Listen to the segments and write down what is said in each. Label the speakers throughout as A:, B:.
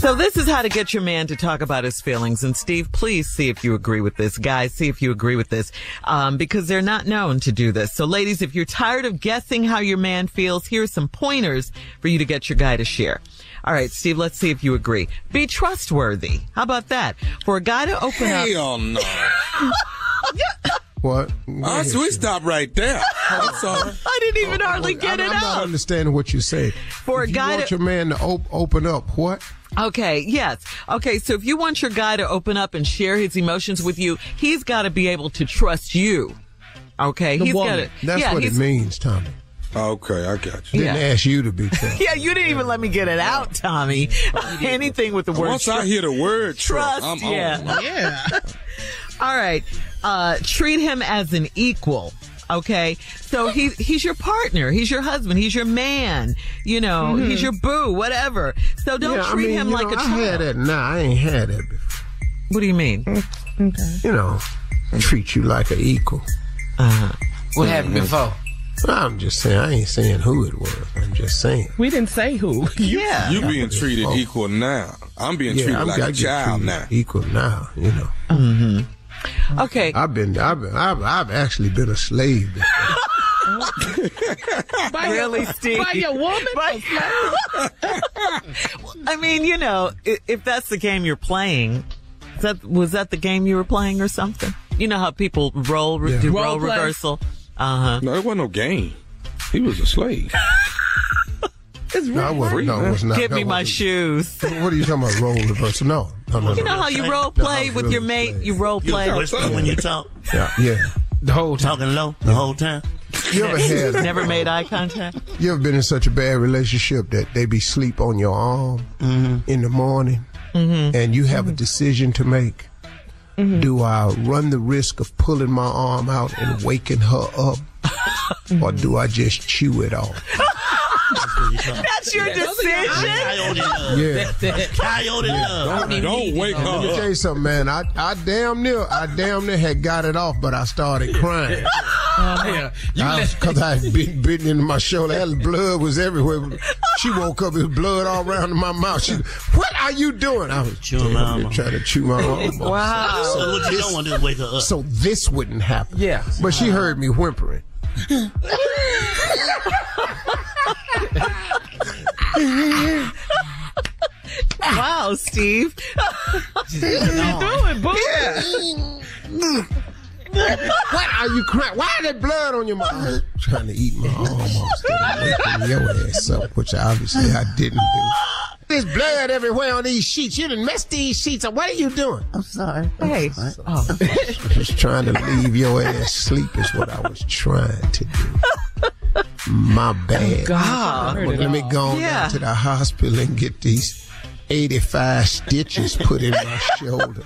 A: So this is how to get your man to talk about his feelings. And Steve, please see if you agree with this. Guys, see if you agree with this. Um, because they're not known to do this. So ladies, if you're tired of guessing how your man feels, here's some pointers for you to get your guy to share. All right, Steve, let's see if you agree. Be trustworthy. How about that? For a guy to open up.
B: Hell no.
C: What?
B: Uh, so we stop right there. I'm sorry.
A: I didn't even hardly get
C: Oh, I'm,
A: it
C: I'm not
A: out.
C: understanding what you said.
A: For a
C: If you
A: guy
C: want
A: to-
C: your man to op- open up. What?
A: Okay, yes. Okay, so if you want your guy to open up and share his emotions with you, he's got to be able to trust you. Okay, he's got to.
C: That's
A: yeah,
C: what it
A: he's-
C: means, Tommy.
B: Okay, I got you.
C: Didn't
A: Yeah.
C: ask you to be trusted.
A: Yeah, you didn't even let me get it out, Tommy. Anything with the word
B: Once I hear the word trust,
A: Trust,
B: I'm on.
A: yeah. All right. Uh, treat him as an equal. Okay. So he, he's your partner. He's your husband. He's your man. You know, he's your boo, whatever. So don't
C: Mm-hmm. Yeah, I
A: treat
C: mean,
A: him
C: you
A: like
C: know,
A: a
C: I had
A: child.
C: that. Nah, I ain't had that before. Mm,
A: What do you mean?
C: You know, treat you like an equal.
A: Uh-huh.
C: Mm.
D: What happened before?
C: I'm just saying, I ain't saying who it was. I'm just saying.
D: We didn't say who.
A: yeah.
B: You being treated equal now. I'm being treated
C: I'm,
B: like
C: I
B: a
C: get
B: child
C: treated
B: now.
C: Equal now, you know.
A: okay.
C: I've been, I've been, I've, I've actually been a slave. before.
A: really, Steve?
D: By your woman?
A: By- I mean, you know, i- if that's the game you're playing, is that was that the game you were playing or something? You know how people roll re-
C: Yeah.
A: do
D: Role
A: role
D: play.
A: reversal. Uh huh.
B: No, it wasn't no game. He was a slave.
D: It's
C: No, I wasn't. No, it was not.
A: Give
C: that
A: me my
C: wasn't-
A: shoes.
C: What are you talking about? Role reversal? No, no, no.
A: You know how you role play with your mate. You role play.
D: when you talk,
C: Yeah, yeah. The whole time.
D: talking low the whole time.
C: You ever had?
A: Never made eye contact.
C: You ever been in such a bad relationship that they be sleep on your arm
D: Mm-hmm.
C: in the morning, and you have a decision to make? Do I run the risk of pulling my arm out and waking her up, or do I just chew it off?
A: That's your decision.
C: Yeah.
D: Coyote love.
B: Don't, don't
C: Let me
B: wake her
C: tell
B: up.
C: you something, man. I, I damn near, I damn near had got it off, but I started crying. Because I had been bitten into my shoulder. That blood was everywhere. She woke up with blood all around my mouth. She, what are you doing? I was
D: Chewing my
C: damn near
D: arm.
C: trying to chew my arm. off.
A: Wow.
D: So what you don't want to do is wake her up.
C: So this wouldn't happen.
D: Yeah.
C: But she heard me whimpering.
A: Wow, Steve. what you doing, boo?
E: what are you crying? Why is there blood on your mouth? Trying to eat my arm off so I can wake your ass up, which obviously I didn't do. There's blood everywhere on these sheets. You done messed these sheets up. What are you doing?
F: I'm sorry.
E: Hey. Oh. I was trying to leave your ass sleep is what I was trying to do. My bad.
A: God.
E: Well, let me go on
A: Yeah.
E: down to the hospital and get these 85 stitches put in my shoulder.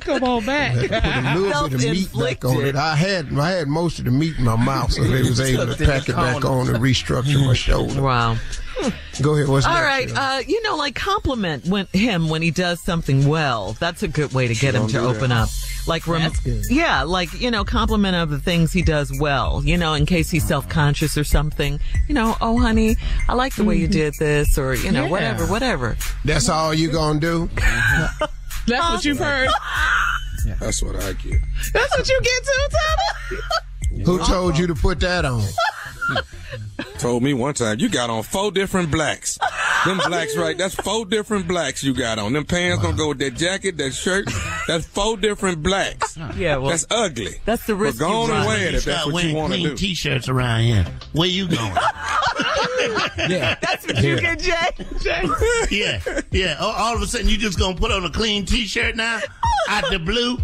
G: Come on back.
E: Put a little bit of meat back on it. I had I had most of the meat in my mouth, so they was able to pack it back on and restructure my shoulder.
A: Wow.
E: Go ahead. What's
A: All
E: next,
A: right,
E: Sheila?
A: uh, you know, like compliment when, him when he does something well. That's a good way to get him
E: Don't
A: to
E: do
A: open
E: that.
A: up. Like, rem-
E: That's good.
A: yeah, like you know, compliment of the things he does well. You know, in case he's self conscious or something. You know, oh honey, I like the way you
G: Mm-hmm.
A: did this, or you know,
E: Yeah.
A: whatever, whatever.
E: That's all you gonna do?
G: That's what you've heard.
B: That's what I get.
G: That's what you get too, Tommy.
E: Who told you to put that on?
B: Told me one time you got on four different blacks. Them blacks, right? That's four different blacks you got on. Them pants don't go with that jacket, that shirt. That's four different blacks.
A: Yeah,
D: well,
B: that's ugly.
A: That's the
B: But go on and wear it
D: You
B: if that's
D: start
B: what you
D: wearing
B: want to
D: clean
B: do.
D: T-shirts around here. Where you going?
G: yeah,
A: that's
G: what you get, Jay. Jay.
D: yeah, yeah. All, all of a sudden, you just gonna put on a clean T-shirt now, out the blue.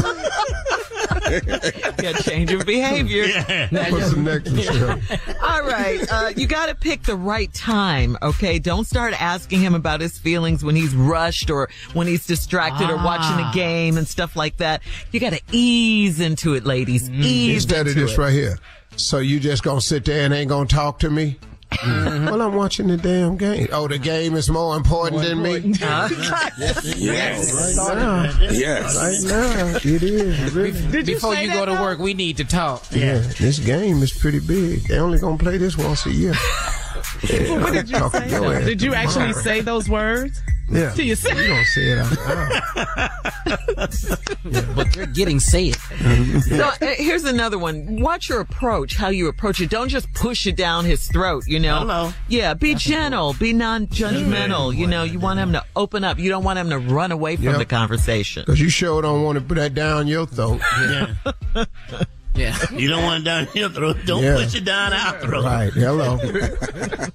A: yeah, change your behavior.
E: What's the next one, Sheila?
A: All right. Uh, you got to pick the right time, okay? Don't start asking him about his feelings when he's rushed or when he's distracted or watching a
E: Ah.
A: game and stuff like that. You got to ease into it, ladies.
G: Mm-hmm.
A: Ease
E: Instead of
A: into
E: this
A: it.
E: right here. So you just gonna sit there and ain't gonna talk to me?
G: Mm-hmm.
E: Well, I'm watching the damn game. Oh, the game is more important than me.
G: Yes.
E: Right now.
G: Yes.
E: Right now, it is. Really.
G: Did you
H: Before
G: say
H: you
G: that,
H: go to
G: though?
H: work, we need to talk.
E: Yeah, this game is pretty big. They only gonna play this once a year. Yeah,
G: What did you
E: talk
G: say?
E: your ass
G: Did you actually
E: tomorrow.
G: say those words?
E: Yeah.
G: To yourself?
E: You don't say it out
H: But you're getting said.
A: So uh, here's another one. Watch your approach, how you approach it. Don't just push it down his throat, you know?
H: Hello.
A: Yeah, be gentle, be non judgmental. You know, you want him to open up. You don't want him to run away from
E: Yep.
A: the conversation.
E: Because you sure don't want to put that down your throat.
D: Yeah.
H: yeah.
D: You don't want it down your throat. Don't
E: Yeah.
D: push it down our throat.
E: Right. Hello.
A: And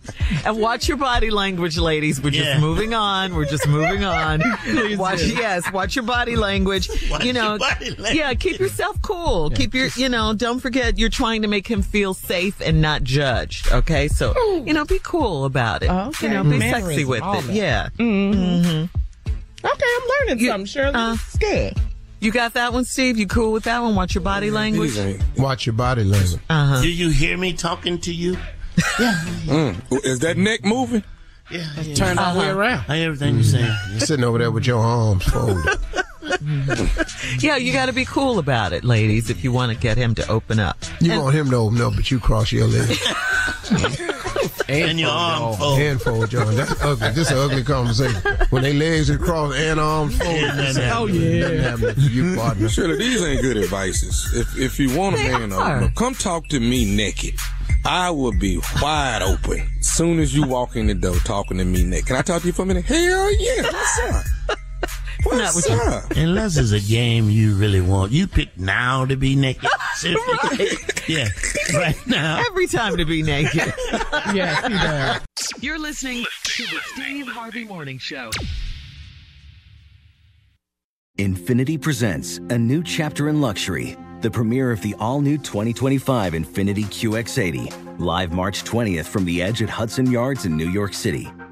A: Uh, watch your body language, ladies. We're
D: Yeah.
A: just moving on. We're just moving on.
G: Please
A: watch,
G: do.
A: yes, watch your body language.
G: Watch
A: you know,
G: your body language.
A: yeah, keep yourself cool. Keep your, you know, don't forget you're trying to make him feel safe and not judged. Okay, so you know, be cool about it.
G: Okay.
A: You know, be
G: Mannerism,
A: sexy with
G: all
A: it.
G: that.
A: Yeah.
G: Mm-hmm. Okay, I'm learning something, Shirley. it's good.
A: uh, You got that one, Steve? You cool with that one? Watch your body language.
E: Watch your body language.
A: Uh-huh.
D: Do you hear me talking to you?
B: Mm. Is that neck moving?
D: Yeah.
H: Turn all the way around.
D: I hear everything you say.
E: You're sitting over there with your arms folded.
A: Yeah, you got to be cool about it, ladies, if you want to get him to open up.
E: You want him to open up, but you cross your legs.
D: And, your arm fold.
E: And fold, John. That's ugly. This is an ugly conversation. When they legs are crossed and arms folded.
D: Yeah,
E: it's
D: that happened.
E: ugly. Doesn't happen to you, partner.
B: Surely these ain't good advices. If if you want a
E: They
B: man to
E: are.
B: open up, come talk to me naked. I will be wide open soon as you walk in the door talking to me naked. Can I talk to you for a minute? Hell yeah. What's up? What's up?
D: Unless it's a game you really want, you pick now to be naked. Seriously. Yeah, right now.
A: Every time to be naked.
G: Yes, you does.
A: You're listening to the Steve Harvey Morning Show.
I: Infinity presents a new chapter in luxury, the premiere of the all new 2025 Infinity QX80, live March 20th from the edge at Hudson Yards in New York City,